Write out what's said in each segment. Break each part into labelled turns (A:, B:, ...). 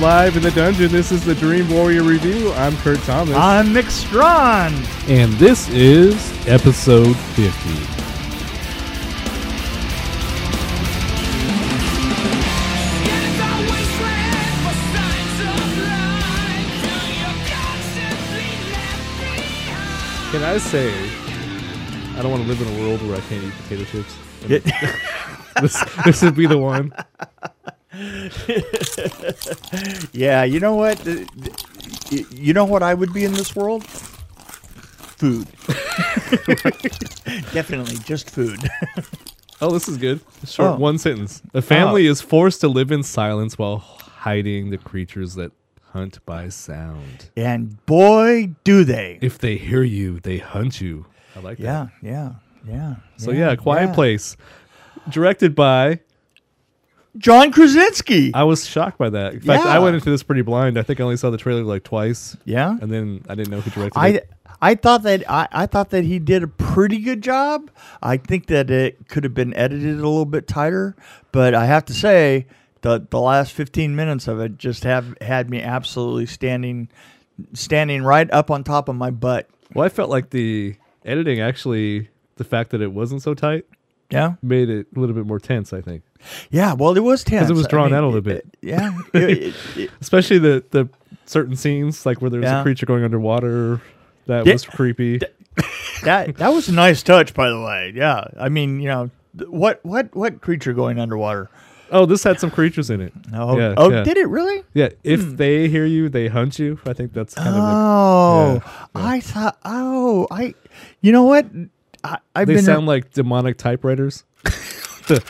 A: live in the dungeon. This is the Dream Warrior Review. I'm Kurt Thomas.
B: I'm Nick Strawn.
A: Ah. and this is episode 50. Can I say, I don't want to live in a world where I can't eat potato chips. this, this would be the one.
B: Yeah, you know what? Th- th- y- You know what I would be in this world? Food. Definitely just food.
A: Oh, this is good. Short
B: Oh.
A: one sentence. The family is forced to live in silence while hiding the creatures that hunt by sound.
B: And boy, do they.
A: If they hear you, they hunt you. I like that.
B: Yeah, yeah, yeah.
A: So yeah, Quiet
B: yeah.
A: Place, directed by.
B: John Krasinski.
A: I was shocked by that. In fact, I
B: Yeah.
A: went into this pretty blind. I think I only saw the trailer like twice,
B: yeah.
A: and then I didn't know who directed
B: I
A: it.
B: I thought that I, I thought that he did a pretty good job. I think that it could have been edited a little bit tighter, but I have to say the the last 15 minutes of it just have had me absolutely standing standing right up on top of my butt.
A: Well, I felt like the editing actually, the fact that it wasn't so tight
B: Yeah.
A: made it a little bit more tense. I think,
B: Yeah, well it was tense.
A: was
B: I
A: drawn
B: mean,
A: out a little
B: it-
A: bit.
B: it- yeah. it- it- it-
A: especially the the certain scenes like where there's a
B: Yeah.
A: creature going underwater. That
B: Yeah.
A: was creepy.
B: that that was a nice touch by the way. Yeah. I mean, you know, th- what what what creature going underwater?
A: Oh, this had some creatures in it.
B: Oh,
A: Yeah,
B: oh
A: yeah.
B: did it really?
A: Yeah, if they hear you, they hunt you. I think that's kind of
B: Oh,
A: yeah.
B: I thought. Oh, I. You know what? I, I've
A: the, they
B: been.
A: sound like demonic typewriters. The-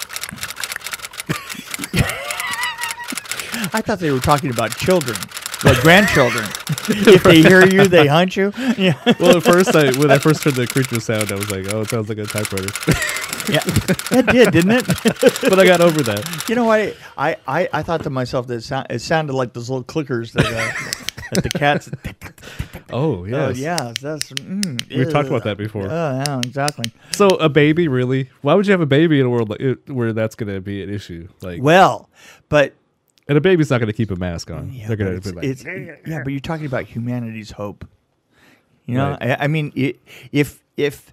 B: I thought they were talking about children, like grandchildren. if they hear you, they hunt you. Yeah,
A: well, at first, I when I first heard the creature sound, I was like, "Oh, it sounds like a typewriter,"
B: yeah. That did, didn't it?
A: but I got over that.
B: You know what? I, I, I thought to myself that it, sound, it sounded like those little clickers that, uh, that the cats.
A: Oh,
B: Oh
A: yes.
B: yeah, that's. Mm,
A: We've talked
B: ew.
A: about that before.
B: Oh yeah, exactly.
A: so a baby, really? Why would you have a baby in a world like it, where that's going to be an issue? Like,
B: Well, but
A: and a baby's not going to keep a mask on.
B: Yeah,
A: They're
B: but
A: going
B: it's,
A: to like,
B: it's- yeah, but you're talking about humanity's hope. You know,
A: Right.
B: I, I mean, i if if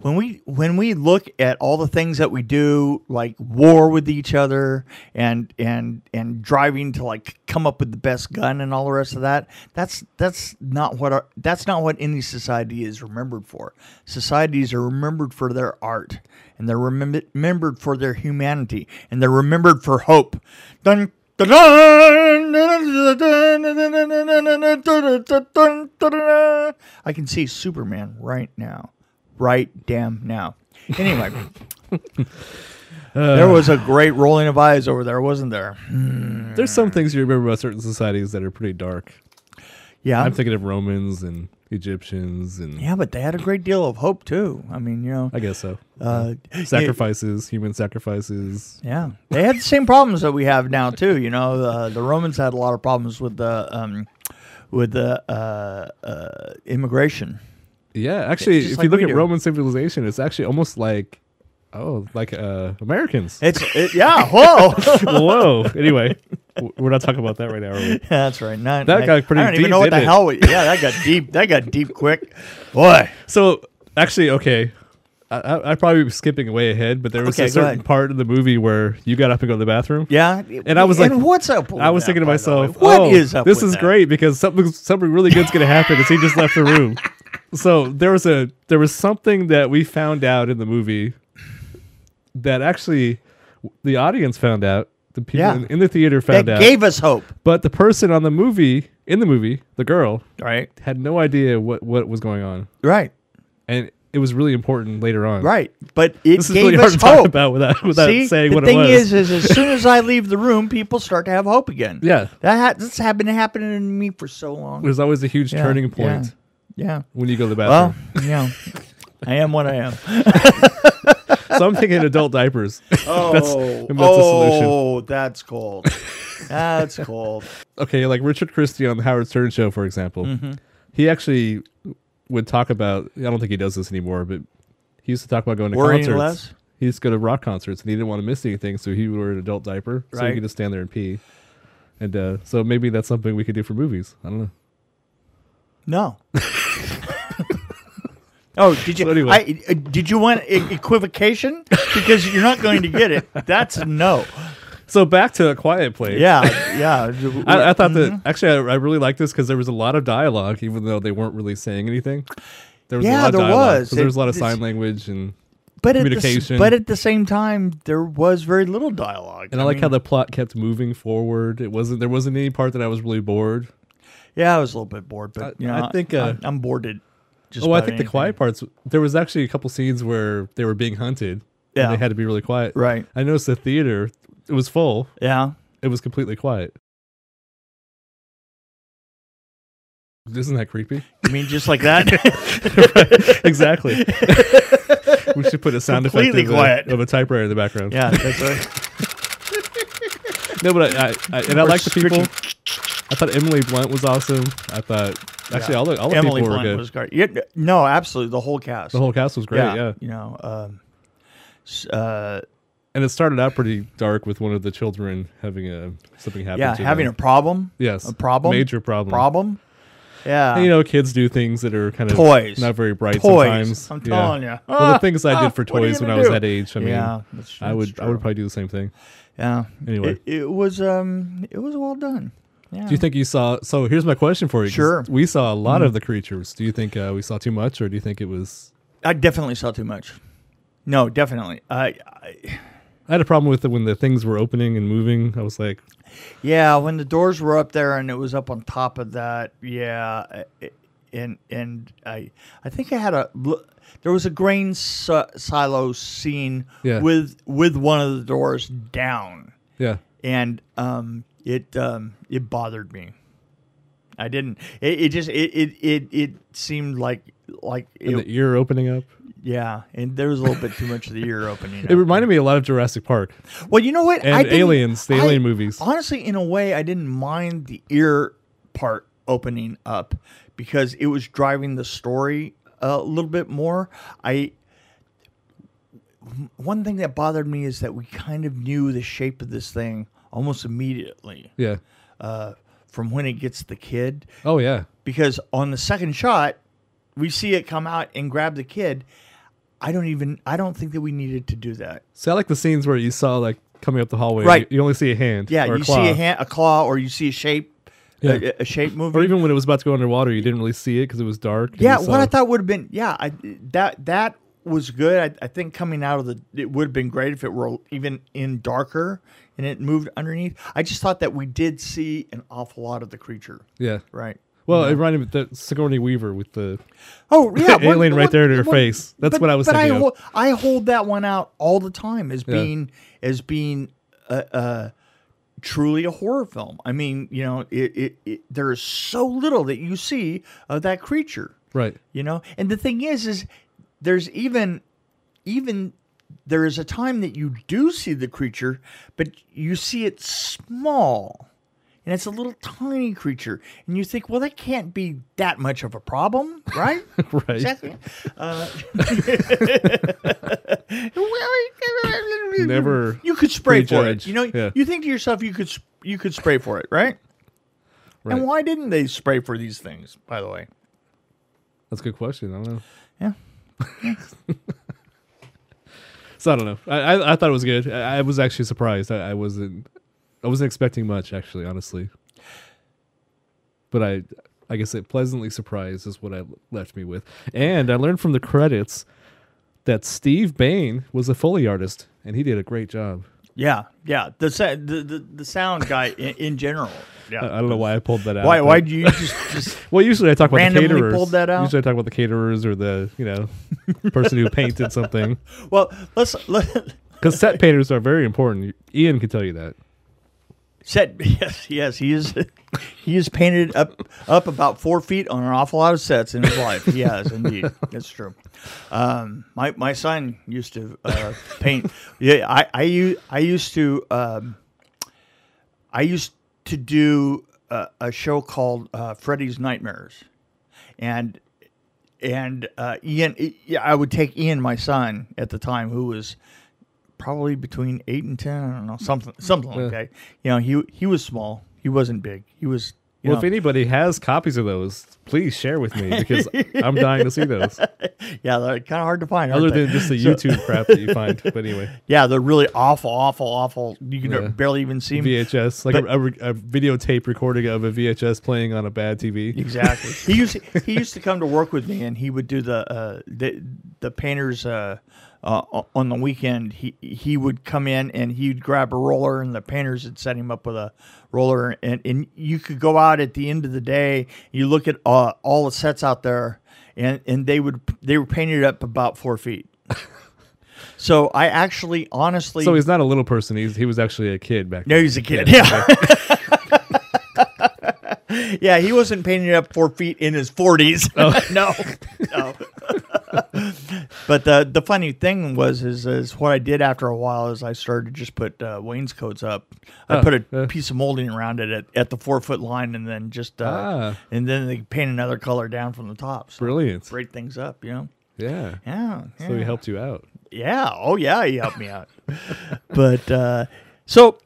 B: when we when we look at all the things that we do, like war with each other and and and driving to like come up with the best gun and all the rest of that, that's that's not what our, that's not what any society is remembered for. Societies are remembered for their art, and they're remember- remembered for their humanity, and they're remembered for hope. Dun. dun, dun, dun, dun, dun, dun, dun, dun, dun, dun, dun, dun, dun, dun, dun, dun. I can see Superman right now right damn now. Anyway, there was a great rolling of eyes over there, wasn't there?
A: there's some things you remember about certain societies that are pretty dark.
B: Yeah.
A: I'm thinking of Romans and Egyptians, and
B: yeah, but they had a great deal of hope too. I mean, you know,
A: I guess so.
B: uh,
A: Sacrifices, human sacrifices.
B: Yeah, they had the same problems that we have now too. You know, uh, the Romans had a lot of problems with the um, with the uh, uh, immigration.
A: Yeah, actually,
B: just
A: if
B: like
A: you look
B: we
A: at
B: do.
A: Roman civilization, it's actually almost like, oh, like uh, Americans.
B: It's it, yeah, whoa.
A: Whoa. Anyway, w- we're not talking about that right now. Are we?
B: That's right. Not,
A: That
B: I,
A: got pretty
B: I don't
A: deep,
B: even know what the
A: didn't it?
B: hell. We, yeah, that got deep. That got deep quick. Boy,
A: So, actually, okay. I, I, I probably was skipping way ahead, but there was
B: Okay,
A: a
B: go
A: certain
B: ahead.
A: part of the movie where you got up and go to the bathroom.
B: yeah.
A: And I was like-
B: and what's up? with
A: I was
B: that,
A: thinking to
B: by the
A: myself,
B: way? What
A: oh,
B: is up?
A: This
B: with
A: is
B: that?
A: great because something something really good's going to happen as he just left the room. So there was a there was something that we found out in the movie that actually the audience found out, the people
B: Yeah.
A: in, in the theater
B: that
A: found out,
B: gave us hope.
A: but the person on the movie in the movie, the girl,
B: Right.
A: had no idea what what was going on,
B: Right.
A: and it was really important later on.
B: Right. But it
A: This is
B: gave
A: really hard
B: us
A: to
B: hope.
A: talk about without without
B: See,
A: saying
B: the
A: what
B: thing
A: it was.
B: is, is as soon as I leave the room, people start to have hope again.
A: yeah,
B: That ha- this has been happening to me for so long.
A: there's always a huge
B: Yeah,
A: turning point
B: Yeah.
A: when you go to the
B: yeah.
A: bathroom.
B: Well, yeah. I am what I am.
A: So I'm thinking adult diapers.
B: Oh,
A: that's the solution.
B: oh, that's cold. That's cold.
A: okay, like Richard Christie on the Howard Stern show, for example.
B: Mm-hmm.
A: He actually would talk about. I don't think he does this anymore, but he used to talk about going to
B: Worrying
A: concerts.
B: less?
A: He used to go to rock concerts and he didn't want to miss anything, so he would wear an adult diaper so he
B: Right.
A: could just stand there and pee. And uh, so maybe that's something we could do for movies. I don't know.
B: No. oh, did you?
A: So anyway.
B: I, uh, did you want e- equivocation? Because you're not going to get it. That's a no.
A: So back to a quiet place.
B: Yeah, Mm-hmm. yeah.
A: I, I thought that actually I, I really liked this because there was a lot of dialogue, even though they weren't really saying anything. There was a
B: Yeah,
A: lot of
B: there
A: dialogue,
B: was.
A: So there was a lot of
B: It-
A: sign language and
B: but at The,
A: communication.
B: s- but at the same time, there was very little dialogue.
A: and I, like
B: mean,
A: how the plot kept moving forward. It wasn't there wasn't any part that I was really bored.
B: Yeah, I was a little bit bored, but
A: I-
B: you
A: I
B: know,
A: think, uh,
B: I'm, I'm bored. At just
A: Oh, I
B: about
A: think the
B: anything.
A: quiet parts. There was actually a couple scenes where they were being hunted.
B: Yeah.
A: and they had to be really quiet.
B: Right.
A: I noticed the theater. It was full.
B: Yeah.
A: It was completely quiet. Isn't that creepy?
B: I mean, just like that.
A: exactly. we should put a sound effect
B: Completely
A: of a,
B: quiet.
A: of a typewriter in the background.
B: yeah, that's right.
A: No, but I, I, I and I
B: Or
A: like the people.
B: screeching.
A: I thought Emily Blunt was awesome. I thought actually all the all the
B: Emily
A: people were
B: Blunt
A: good.
B: was great. Yeah, no, absolutely, the whole cast.
A: the whole cast was great. Yeah.
B: You know, um, s- uh,
A: and it started out pretty dark with one of the children having a something happen.
B: yeah,
A: to
B: having
A: them.
B: a problem.
A: yes
B: a problem,
A: major problem
B: Problem. Yeah.
A: And, you know, kids do things that are kind of
B: Toys.
A: not very bright
B: toys.
A: sometimes.
B: I'm
A: Yeah.
B: telling you. Ah,
A: Well, the things I did for
B: what are you
A: toys when I
B: gonna
A: was
B: do?
A: that age. I mean,
B: yeah, that's,
A: I
B: that's
A: would I would
B: true.
A: probably do the same thing.
B: Yeah.
A: Anyway.
B: it, it was um, it was well done. Yeah.
A: Do you think you saw? So here's my question for you. 'cause
B: Sure. Mm-hmm.
A: We saw a lot of the creatures. Do you think uh, we saw too much, or do you think it was?
B: I definitely saw too much. No, definitely. I, I
A: I had a problem with it when the things were opening and moving. I was like,
B: Yeah, when the doors were up there and it was up on top of that, yeah, I- I- and and I I think I had a l- there was a grain si- silo scene
A: Yeah.
B: with with one of the doors down,
A: yeah,
B: and um, it um, it bothered me. I didn't. It, it just it, it it it seemed like like
A: and
B: it,
A: the ear opening up.
B: yeah, and there was a little bit too much of the ear opening.
A: It
B: up.
A: reminded me a lot of Jurassic Park.
B: Well, you know what?
A: And
B: didn't-
A: Aliens, the
B: I-
A: Alien movies.
B: Honestly, in a way, I didn't mind the ear part opening up because it was driving the story a little bit more. I one thing that bothered me is that we kind of knew the shape of this thing almost immediately
A: Yeah.
B: uh, from when it gets the kid
A: Oh yeah.
B: because on the second shot we see it come out and grab the kid. I don't even I don't think that we needed to do that.
A: So I like the scenes where you saw like coming up the hallway.
B: Right.
A: You, you only see a hand.
B: Yeah,
A: or a
B: you
A: claw.
B: see a hand, a claw, or you see a shape,
A: Yeah.
B: a, a shape moving.
A: Or even uh, when it was about to go underwater, you didn't really see it because it was dark. and
B: yeah,
A: you
B: what I
A: saw-
B: thought would have been, yeah, I, that that was good. I, I think coming out of the, it would have been great if it were even in darker and it moved underneath. I just thought that we did see an awful lot of the creature,
A: Yeah.
B: right?
A: Well, it reminded me of the Sigourney Weaver with the
B: Oh yeah,
A: The alien right there to her face. That's
B: but-
A: what I was
B: But I
A: thinking of.
B: hold, I hold that one out all the time as
A: Yeah.
B: being as being uh, uh, truly a horror film. I mean, you know, it, it, it there is so little that you see of that creature.
A: right.
B: You know, and the thing is, is there's even even there is a time that you do see the creature, but you see it small. And it's a little tiny creature, and you think, well, that can't be that much of a problem, right?
A: Right.
B: Exactly. Uh,
A: Never
B: You could spray for it.
A: prejudge.
B: You know,
A: Yeah.
B: you think to yourself, you could s- you could spray for it, right?
A: Right.
B: And why didn't they spray for these things? By the way,
A: That's a good question. I don't know.
B: yeah,
A: So I don't know. I I, I thought it was good. I, I was actually surprised. I, I wasn't. I wasn't expecting much, actually, honestly. But I, I guess it pleasantly surprised is what I left me with. And I learned from the credits that Steve Bain was a Foley artist, and he did a great job.
B: yeah, yeah. The sa- the, the the sound guy in, in general. Yeah.
A: I, I don't know why I pulled that out.
B: why
A: but-
B: why do you just just
A: Well, usually I talk about the
B: Randomly
A: caterers.
B: pulled that out?
A: Usually I talk about the caterers or the you know person who painted something.
B: well let's let
A: Because set painters are very important. Ian can tell you that.
B: set yes yes he is he is painted up up about four feet on an awful lot of sets in his life he has indeed that's true um my my son used to uh, paint yeah I I u- I used to um I used to do a, a show called uh, Freddy's Nightmares and and uh, Ian, yeah, I would take Ian, my son at the time, who was probably between eight and ten. I don't know something something like
A: Yeah.
B: that. You know, he he was small. He wasn't big. He was. You
A: Well, if
B: know,
A: anybody has copies of those, please share with me because I'm dying to see those.
B: yeah, they're kind of hard to find. aren't
A: Other
B: they?
A: than just the
B: So-
A: YouTube crap that you find. But anyway,
B: yeah, they're really awful, awful, awful. You can
A: Yeah.
B: barely even see 'em.
A: VHS, like a, a, re- a videotape recording of a VHS playing on a bad TV.
B: Exactly. he used he used to come to work with me, and he would do the uh, the the painters uh, uh, on the weekend. He he would come in and he'd grab a roller, and the painters would set him up with a roller, and and you could go out at the end of the day. You look at uh, all the sets out there, and and they would they were painted up about four feet. So I actually, honestly,
A: So he's not a little person. He's, he was actually a kid back
B: no,
A: then.
B: he's a kid. Yeah. yeah, he wasn't painted up four feet in his forties.
A: Oh.
B: no, no. but the the funny thing was is is what I did after a while is I started to just put uh, wainscots up. I
A: Oh,
B: put a
A: yeah.
B: piece of molding around it at, at the four foot line, and then just uh,
A: Ah.
B: and then they paint another color down from the top. So
A: Brilliant.
B: break things up, you know.
A: Yeah.
B: Yeah,
A: So he
B: yeah.
A: helped you out.
B: Yeah. Oh yeah, he helped me out. but uh, so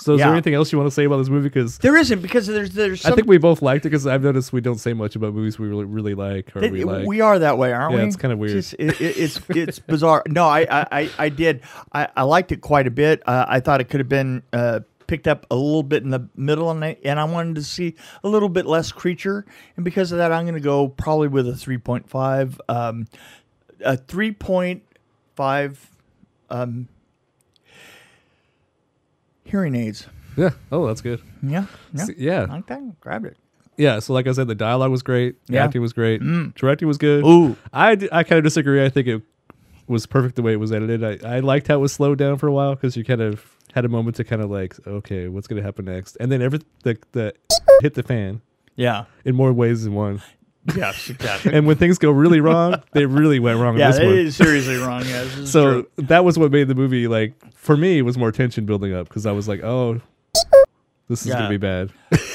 A: So is
B: Yeah.
A: there anything else you want to say about this movie? Because
B: there isn't because there's there's some,
A: I think we both liked it because I've noticed we don't say much about movies we really, really like or
B: It-
A: we
B: it-
A: like.
B: we are that way, aren't
A: Yeah,
B: we?
A: it's kinda weird.
B: Just- it- it- it's it's bizarre. No, I I, I, I did. I, I liked it quite a bit. Uh, I thought it could have been uh, picked up a little bit in the middle, and I, and I wanted to see a little bit less creature. And because of that, I'm going to go probably with a 3.5. Um, a 3.5 um, hearing aids.
A: yeah. Oh, that's good.
B: Yeah, yeah.
A: S- yeah.
B: Like that. Grabbed it.
A: Yeah, so like I said, the dialogue was great, the
B: Yeah. Mm.
A: acting was great, directing was good.
B: Ooh.
A: I, d- I kind of disagree. I think it was perfect the way it was edited. I, I liked how it was slowed down for a while because you kind of had a moment to kind of like, okay, what's gonna happen next, and then every the, the hit the fan
B: Yeah.
A: in more ways than one.
B: Yes, exactly.
A: And when things go really wrong, they really went wrong.
B: yeah,
A: in this
B: that
A: one.
B: is seriously wrong. Yeah, this is
A: so
B: true.
A: that was what made the movie like for me it was more tension building up because I was like, oh, this is
B: Yeah.
A: gonna be bad.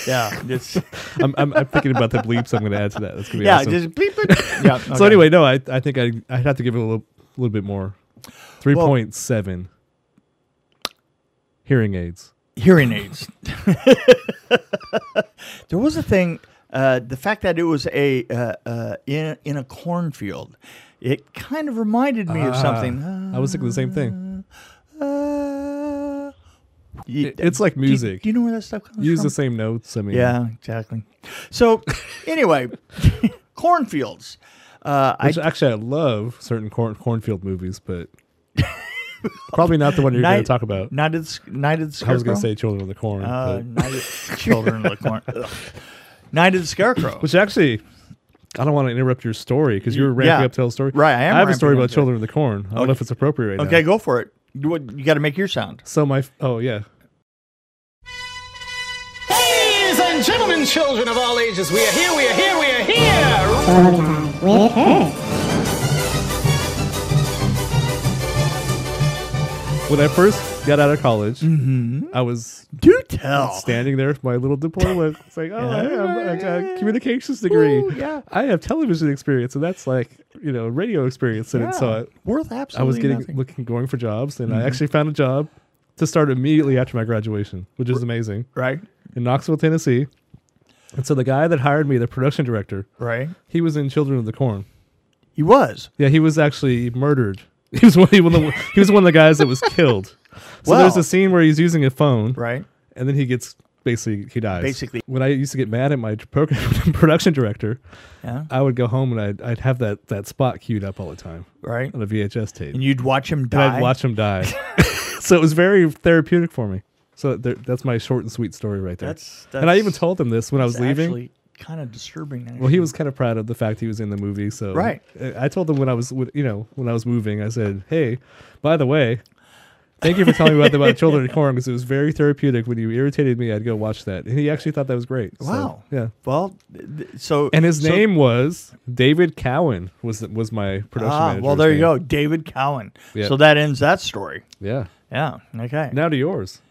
B: Yeah, it's,
A: I'm, I'm, I'm thinking about the bleeps I'm gonna add to that. That's gonna be
B: yeah,
A: awesome.
B: just beep it. Yeah.
A: So
B: okay.
A: anyway, no, I I think I I'd have to give it a little little bit more, three point seven. Hearing aids.
B: hearing aids. there was a thing. Uh, the fact that it was a uh, uh, in in a cornfield, it kind of reminded me of
A: Ah,
B: something.
A: I was thinking the same thing.
B: Uh, you-
A: It- it's like
B: do you-
A: music.
B: Do you, know where that stuff comes
A: Use
B: from?
A: the same notes. I mean,
B: Yeah, exactly. So, anyway, cornfields. Uh, I
A: Which actually, I love certain corn cornfield movies, but probably not the one you're going
B: Night-
A: to talk about.
B: Night of the, Sc- Night of the
A: I
B: Scarecrow.
A: was going to say Children of the Corn,
B: Uh,
A: but-
B: Night of, Children of the Corn. Ugh. Night of the Scarecrow.
A: which actually. I don't want to interrupt your story because you were ramping
B: Yeah.
A: up to tell a story.
B: Right, I am
A: I have a
B: ramping
A: story
B: up
A: about
B: to it.
A: Children of the Corn. I don't know if it's appropriate right now.
B: Okay, go for it. You, what- you got to make your sound.
A: So my f- oh yeah.
C: Ladies and gentlemen, children of all ages, we are here, we are here, we are here!
A: When I first got out of college,
C: Mm-hmm.
A: I was
B: Do tell.
A: standing there with my little diploma. It's like, oh, I have I got a communications degree.
B: Ooh, yeah.
A: I have television experience, and that's like, you know, radio experience. And
B: Yeah,
A: it's so
B: worth
A: I, I was
B: absolutely
A: getting
B: nothing. Mm-hmm.
A: looking going for jobs, and I actually found a job to start immediately after my graduation, which is amazing
B: right,
A: in Knoxville, Tennessee. And so the guy that hired me, the production director,
B: right.
A: he was in Children of the Corn.
B: He was.
A: Yeah, he was actually murdered. He was one, he, was the, he was one of the guys that was killed. So there's
B: Wow.
A: a scene where he's using a phone,
B: Right.
A: and then he gets basically he dies.
B: Basically.
A: when I used to get mad at my program production director,
B: Yeah.
A: I would go home and I'd, I'd have that that spot queued up all the time
B: Right.
A: on a VHS tape,
B: And you'd watch him
A: and
B: die.
A: I'd watch him die. so it was very therapeutic for me. So there, that's my short and sweet story right there.
B: That's-
A: and I even
B: that's-
A: told him this when I was
B: It's
A: leaving.
B: Actually, kind of disturbing.
A: Well, he was kind of proud of the fact he was in the movie. So
B: Right.
A: I I told him when I was, when- you know, when I was moving, I said, "Hey, by the way, thank you for telling me about the about Children of Corn because it was very therapeutic. When you irritated me, I'd go watch that, and he actually thought that was great. So,
B: Wow.
A: yeah.
B: Well, th- th- so
A: And his
B: so-
A: name was David Cowan. Was was my production
B: Ah,
A: manager?
B: well, there you go, David Cowan.
A: Yeah.
B: So that ends that story.
A: Yeah.
B: Yeah. Okay.
A: Now to yours.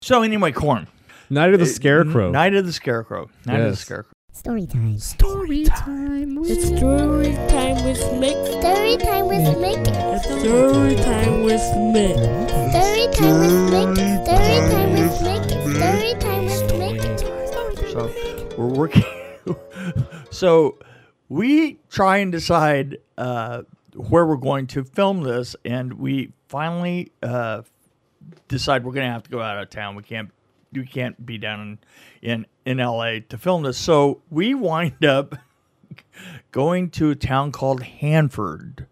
B: So anyway, Uh, corn.
A: Night of the Scarecrow.
B: Night of the Scarecrow. Night of the
A: Yes.
B: Scarecrow.
D: Story time.
B: Story
D: Story time. It's story time with Mick.
E: Story time with Mick.
D: It's story time with Mick.
E: Story time with Mick. Story time with Mick. Story time with Mick.
B: So we're working. so we try and decide uh, where we're going to film this, and we finally uh, decide we're going to have to go out of town. We can't. We can't be down in, in in LA to film this. So we wind up going to a town called Hanford.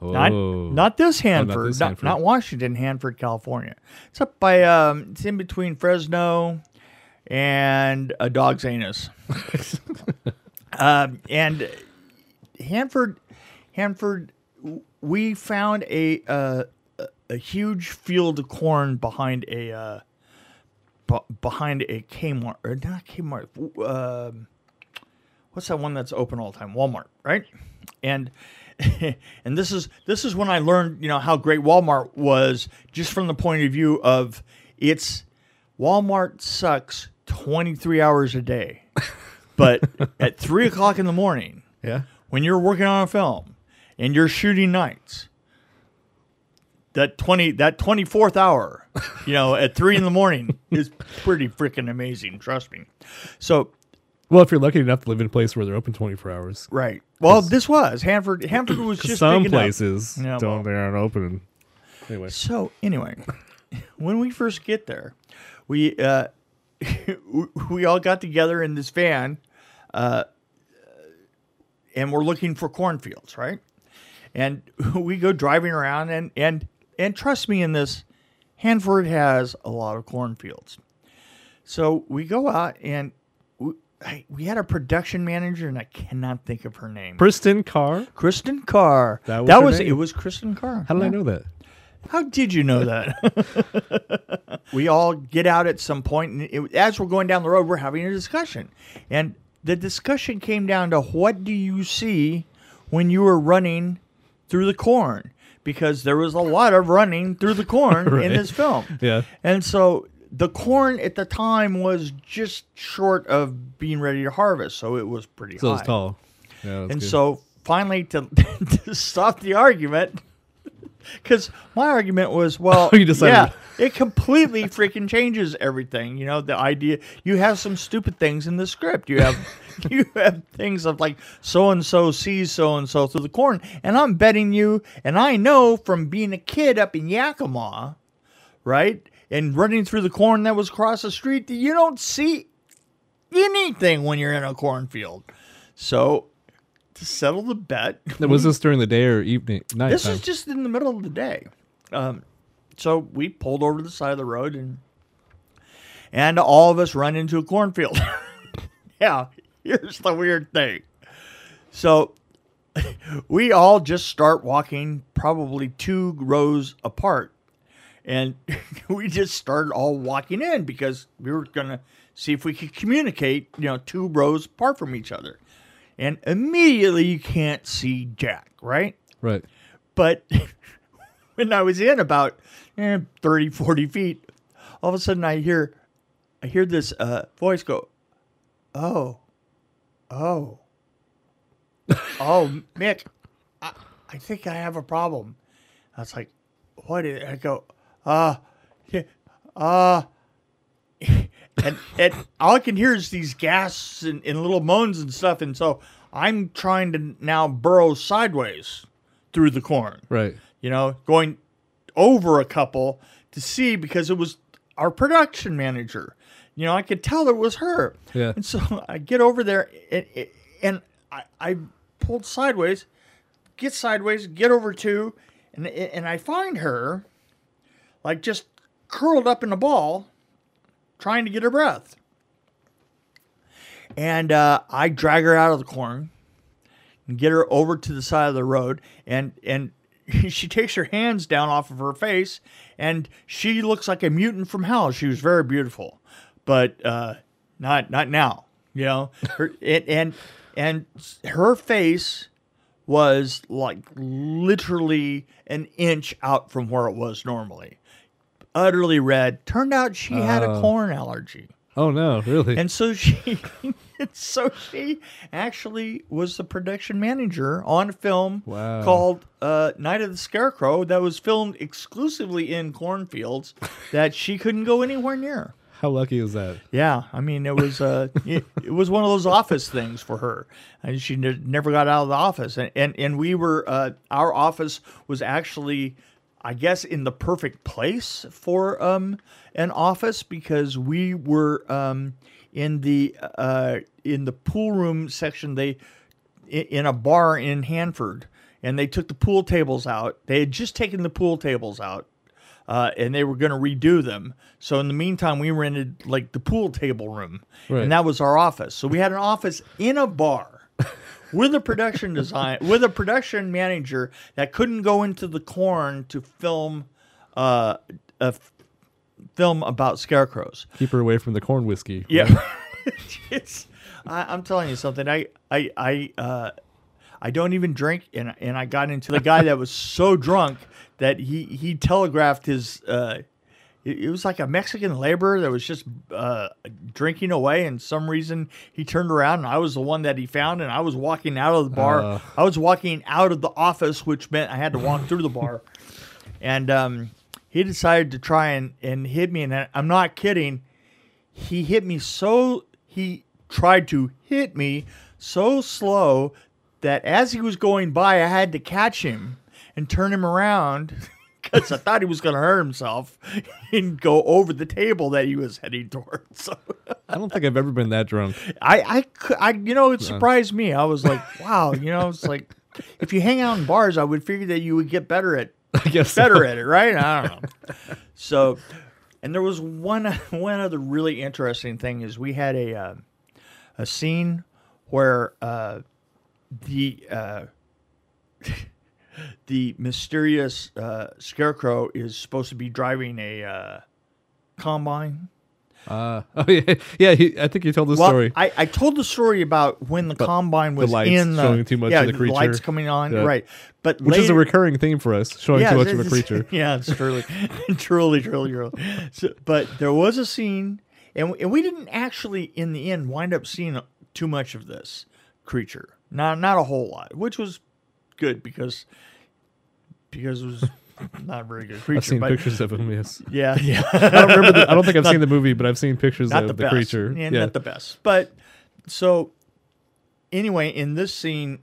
B: Not,
A: Oh.
B: not this Hanford,
A: not this
B: not,
A: Hanford.
B: not Washington, Hanford, California. It's up by, um, it's in between Fresno and a dog's anus. um, and Hanford, Hanford, w- we found a uh, a- a huge field of corn behind a uh, b- behind a Kmart or not Kmart. w- Um, what's that one that's open all the time? Walmart, right? And and this is this is when I learned, you know, how great Walmart was just from the point of view of it's Walmart sucks 23 hours a day. But at three o'clock in the morning,
A: Yeah.
B: when you're working on a film and you're shooting nights, that twenty that twenty fourth hour, you know, at three in the morning is pretty freaking amazing. Trust me. So
A: Well, if you're lucky enough to live in a place where they're open 24 hours,
B: Right. Well, this was Hanford. Hanford was
A: 'Cause
B: just
A: some
B: big enough.
A: places
B: Yeah, well.
A: don't they aren't open. Anyway,
B: So anyway, when we first get there, we uh, we all got together in this van, uh, and we're looking for cornfields, right? And we go driving around, and and and trust me in this, Hanford has a lot of cornfields. So we go out and. We, I- we had a production manager, and I cannot think of her name.
A: Kristen Carr.
B: Kristen Carr.
A: That
B: That
A: was
B: was,
A: her name.
B: it. Was Kristen Carr?
A: How did I know that?
B: How did you know that? we all get out at some point, and it, as we're going down the road, we're having a discussion, and the discussion came down to what do you see when you were running through the corn? Because there was a lot of running through the corn
A: Right.
B: in this film.
A: Yeah.
B: And so the corn at the time was just short of being ready to harvest, so it was pretty
A: So
B: high.
A: it's tall. Yeah, that's
B: And
A: good.
B: so finally, to, to stop the argument, because my argument was, well,
A: You decided.
B: yeah, it completely freaking changes everything. You know, the idea you have some stupid things in the script. You have you have things of like so and so sees so and so through the corn, and I'm betting you, and I know from being a kid up in Yakima, right, and running through the corn that was across the street that you don't see anything when you're in a cornfield. So to settle the bet,
A: Now, was this during the day or evening? Night
B: this is just in the middle of the day. Um, so we pulled over to the side of the road and and all of us run into a cornfield. yeah, here's the weird thing. So we all just start walking probably two rows apart. And we just started all walking in because we were going to see if we could communicate, you know, two rows apart from each other. And immediately you can't see Jack, right?
A: right.
B: but when I was in about eh, 30, 40 feet, all of a sudden I hear, I hear this uh, voice go, "Oh, oh, oh, Mick, I, I think I have a problem." I was like, "What?" Is, I go, "Ah, yeah, ah." and, and all I can hear is these gasps and, and little moans and stuff. And so I'm trying to now burrow sideways through the corn
A: Right.
B: you know, going over a couple to see because it was our production manager. You know, I could tell it was her.
A: Yeah.
B: And so I get over there and, and I, I pulled sideways, get sideways, get over to, and, and I find her like just curled up in a ball trying to get her breath. And uh, I drag her out of the corn and get her over to the side of the road and and she takes her hands down off of her face and she looks like a mutant from hell she was very beautiful but uh not not now you know her, and, and and her face was like literally an inch out from where it was normally utterly red turned out she had a corn allergy
A: Oh no, really?
B: And so she, and so she actually was the production manager on a film
A: Wow.
B: called uh, "Night of the Scarecrow" that was filmed exclusively in cornfields that she couldn't go anywhere near.
A: How lucky is that?
B: Yeah, I mean it was uh, it, it was one of those office things for her, and she ne- never got out of the office. And and, and we were uh, our office was actually, I guess, in the perfect place for um an office because we were um in the uh in the pool room section they i- in a bar in Hanford, and they took the pool tables out. They had just taken the pool tables out uh, and they were going to redo them. So in the meantime, we rented like the pool table room,
A: Right.
B: and that was our office. So we had an office in a bar with a production design with a production manager that couldn't go into the corn to film uh, a f- film about scarecrows.
A: Keep her away from the corn whiskey.
B: Yeah. It's- I, I'm telling you something. I I I uh, I don't even drink, and and I got into the guy that was so drunk that he he telegraphed his. Uh, it, it was like a Mexican laborer that was just uh, drinking away, and some reason he turned around, and I was the one that he found, and I was walking out of the bar.
A: Uh.
B: I was walking out of the office, which meant I had to walk through the bar and um, he decided to try and, and hit me and I- i'm not kidding he hit me so he tried to hit me so slow that as he was going by i had to catch him and turn him around because i thought he was going to hurt himself and go over the table that he was heading towards so
A: I don't think I've ever been that drunk.
B: I, I, cou- I, you know, it surprised me. I was like, wow, you know, it's like if you hang out in bars, I would figure that you would get better at
A: I guess so.
B: better at it, right? I don't know. So, and there was one one other really interesting thing is we had a uh, a scene where uh, the uh, the mysterious uh, scarecrow is supposed to be driving a uh, combine.
A: Uh, oh yeah, yeah. He, I think you told the
B: Well,
A: story.
B: I, I told the story about when the combine was
A: lights
B: in the
A: showing too much
B: yeah,
A: of the creature.
B: lights coming on,
A: Yeah.
B: right? But
A: which is a
B: later-
A: recurring theme for us, showing too much of a
B: it's- it's-
A: creature.
B: Yeah, it's truly, truly, truly, truly. So, but there was a scene, and we, and we didn't actually, in the end, wind up seeing too much of this creature. Not not a whole lot, which was good because because it was not a very good creature.
A: I've seen
B: but
A: pictures of him. Yes,
B: Yeah, yeah.
A: I don't remember. The, I don't think I've seen the movie, but I've seen pictures of the, creature.
B: Yeah, not the best. But so anyway, in this scene,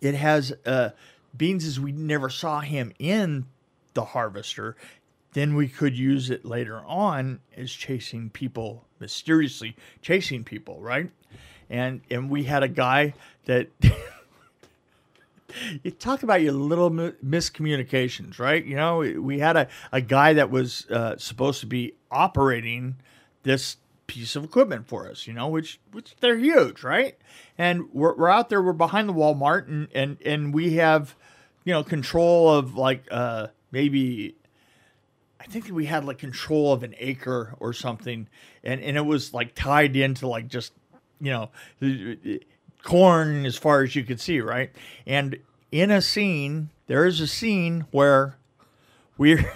B: it has uh, Beans as we never saw him in the harvester. Then we could use it later on as chasing people mysteriously chasing people, right? And and we had a guy that you talk about your little mi- miscommunications, right? You know, we had a, a guy that was uh, supposed to be operating this piece of equipment for us, you know, which which they're huge, right? And we're, we're out there, we're behind the Walmart, and and and we have, you know, control of like uh, maybe I think we had like control of an acre or something, and and it was like tied into like just you know the- the- corn as far as you could see, right? And in a scene, there is a scene where we're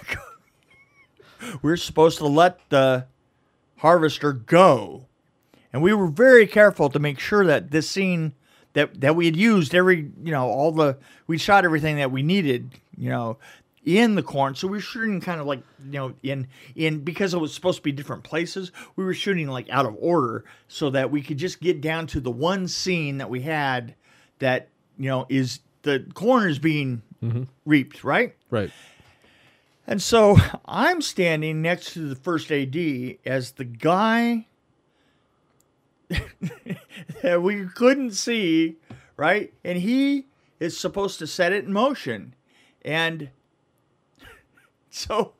B: we're supposed to let the harvester go, and we were very careful to make sure that this scene that that we had used every you know all the we shot everything that we needed you know in the corn so we were shooting kind of like you know in in because it was supposed to be different places we were shooting like out of order so that we could just get down to the one scene that we had that you know is the corn is being reaped right
A: Right.
B: and so I'm standing next to the first AD as the guy that we couldn't see, right? And he is supposed to set it in motion. And so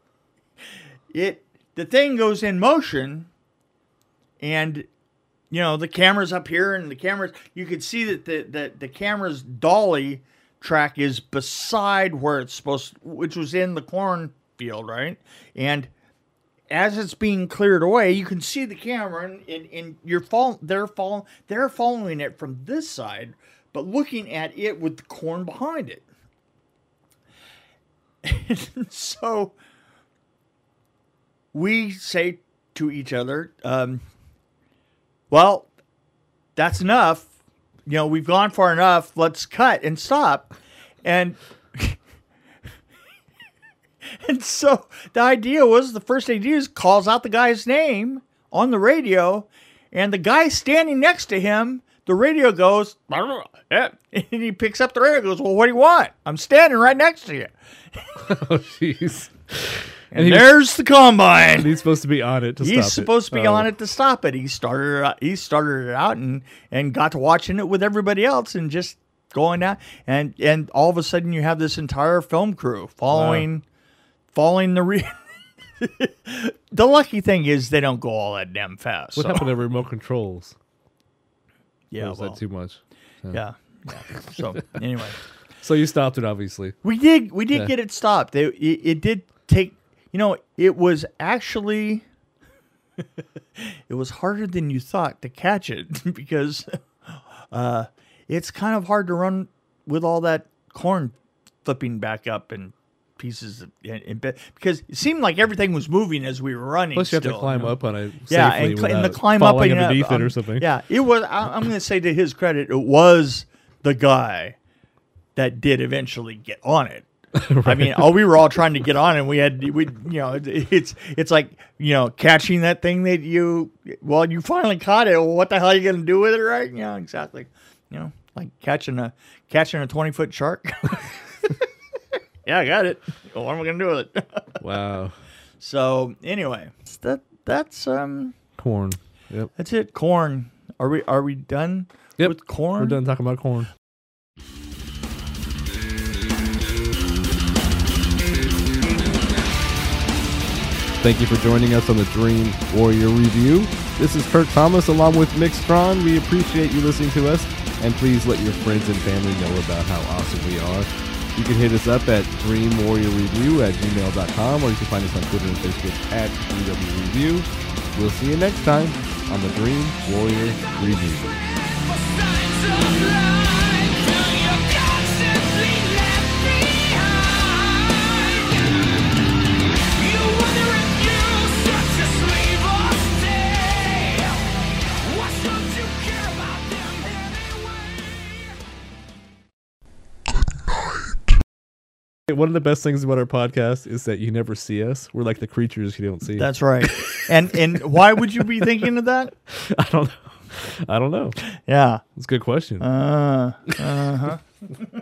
B: it the thing goes in motion and you know the camera's up here and the camera's you could see that the the, the camera's dolly track is beside where it's supposed which was in the cornfield right and as it's being cleared away you can see the camera and, and, and you're fall they're fall they're following it from this side but looking at it with the corn behind it so we say to each other. Um, well, that's enough. You know, we've gone far enough. Let's cut and stop. And and so the idea was the first thing he does calls out the guy's name on the radio, and the guy standing next to him, the radio goes, and he picks up the radio and goes, Well, what do you want? I'm standing right next to you.
A: Oh, jeez.
B: And,
A: he was-
B: there's the combine.
A: He's supposed to be on it to stop it.
B: He's supposed to be
A: Oh.
B: on it to stop it. He started it out, he started it out and and got to watching it with everybody else and just going out and and all of a sudden you have this entire film crew following following the re- The lucky thing is they don't go all that damn fast.
A: What
B: so-
A: happened to remote controls? Or
B: Yeah,
A: was
B: well,
A: that too much?
B: yeah. yeah. So anyway,
A: So you stopped it, obviously.
B: we did we did
A: Yeah.
B: get it stopped. It, it it did take you know it was actually it was harder than you thought to catch it because uh, it's kind of hard to run with all that corn flipping back up and pieces of, and, and bit- because it seemed like everything was moving as we were running.
A: Plus, you have
B: still,
A: to climb
B: know?
A: up on it.
B: yeah,
A: safely
B: and, cl- and the
A: without
B: climb up
A: falling
B: and
A: underneath
B: up,
A: it or
B: um,
A: something.
B: Yeah, it was. I, I'm going to say to his credit, it was the guy that did eventually get on it. I mean, oh, we were all trying to get on, and we had we, you know, it- it's it's like you know, catching that thing that you, well, you finally caught it. Well, what the hell are you going to do with it, right? Yeah, exactly. You know, like catching a catching a 20 foot shark. yeah, I got it. Well, what am I going to do with it?
A: Wow.
B: so anyway, that that's um.
A: Corn. Yep.
B: That's it. Corn. Are we are we done
A: Yep,
B: with corn?
A: We're done talking about corn. Thank you for joining us on the Dream Warrior Review. This is Kurt Thomas along with Mick Strawn. We appreciate you listening to us, and please let your friends and family know about how awesome we are. You can hit us up at dreamwarriorreview at gmail.com, or you can find us on Twitter and Facebook at DWReview. We'll see you next time on the Dream Warrior Review. One of the best things about our podcast is that you never see us. We're like the creatures you don't see.
B: That's right. and and why would you be thinking of that?
A: I don't know. I don't know.
B: Yeah.
A: It's a good question.
B: Uh, uh-huh.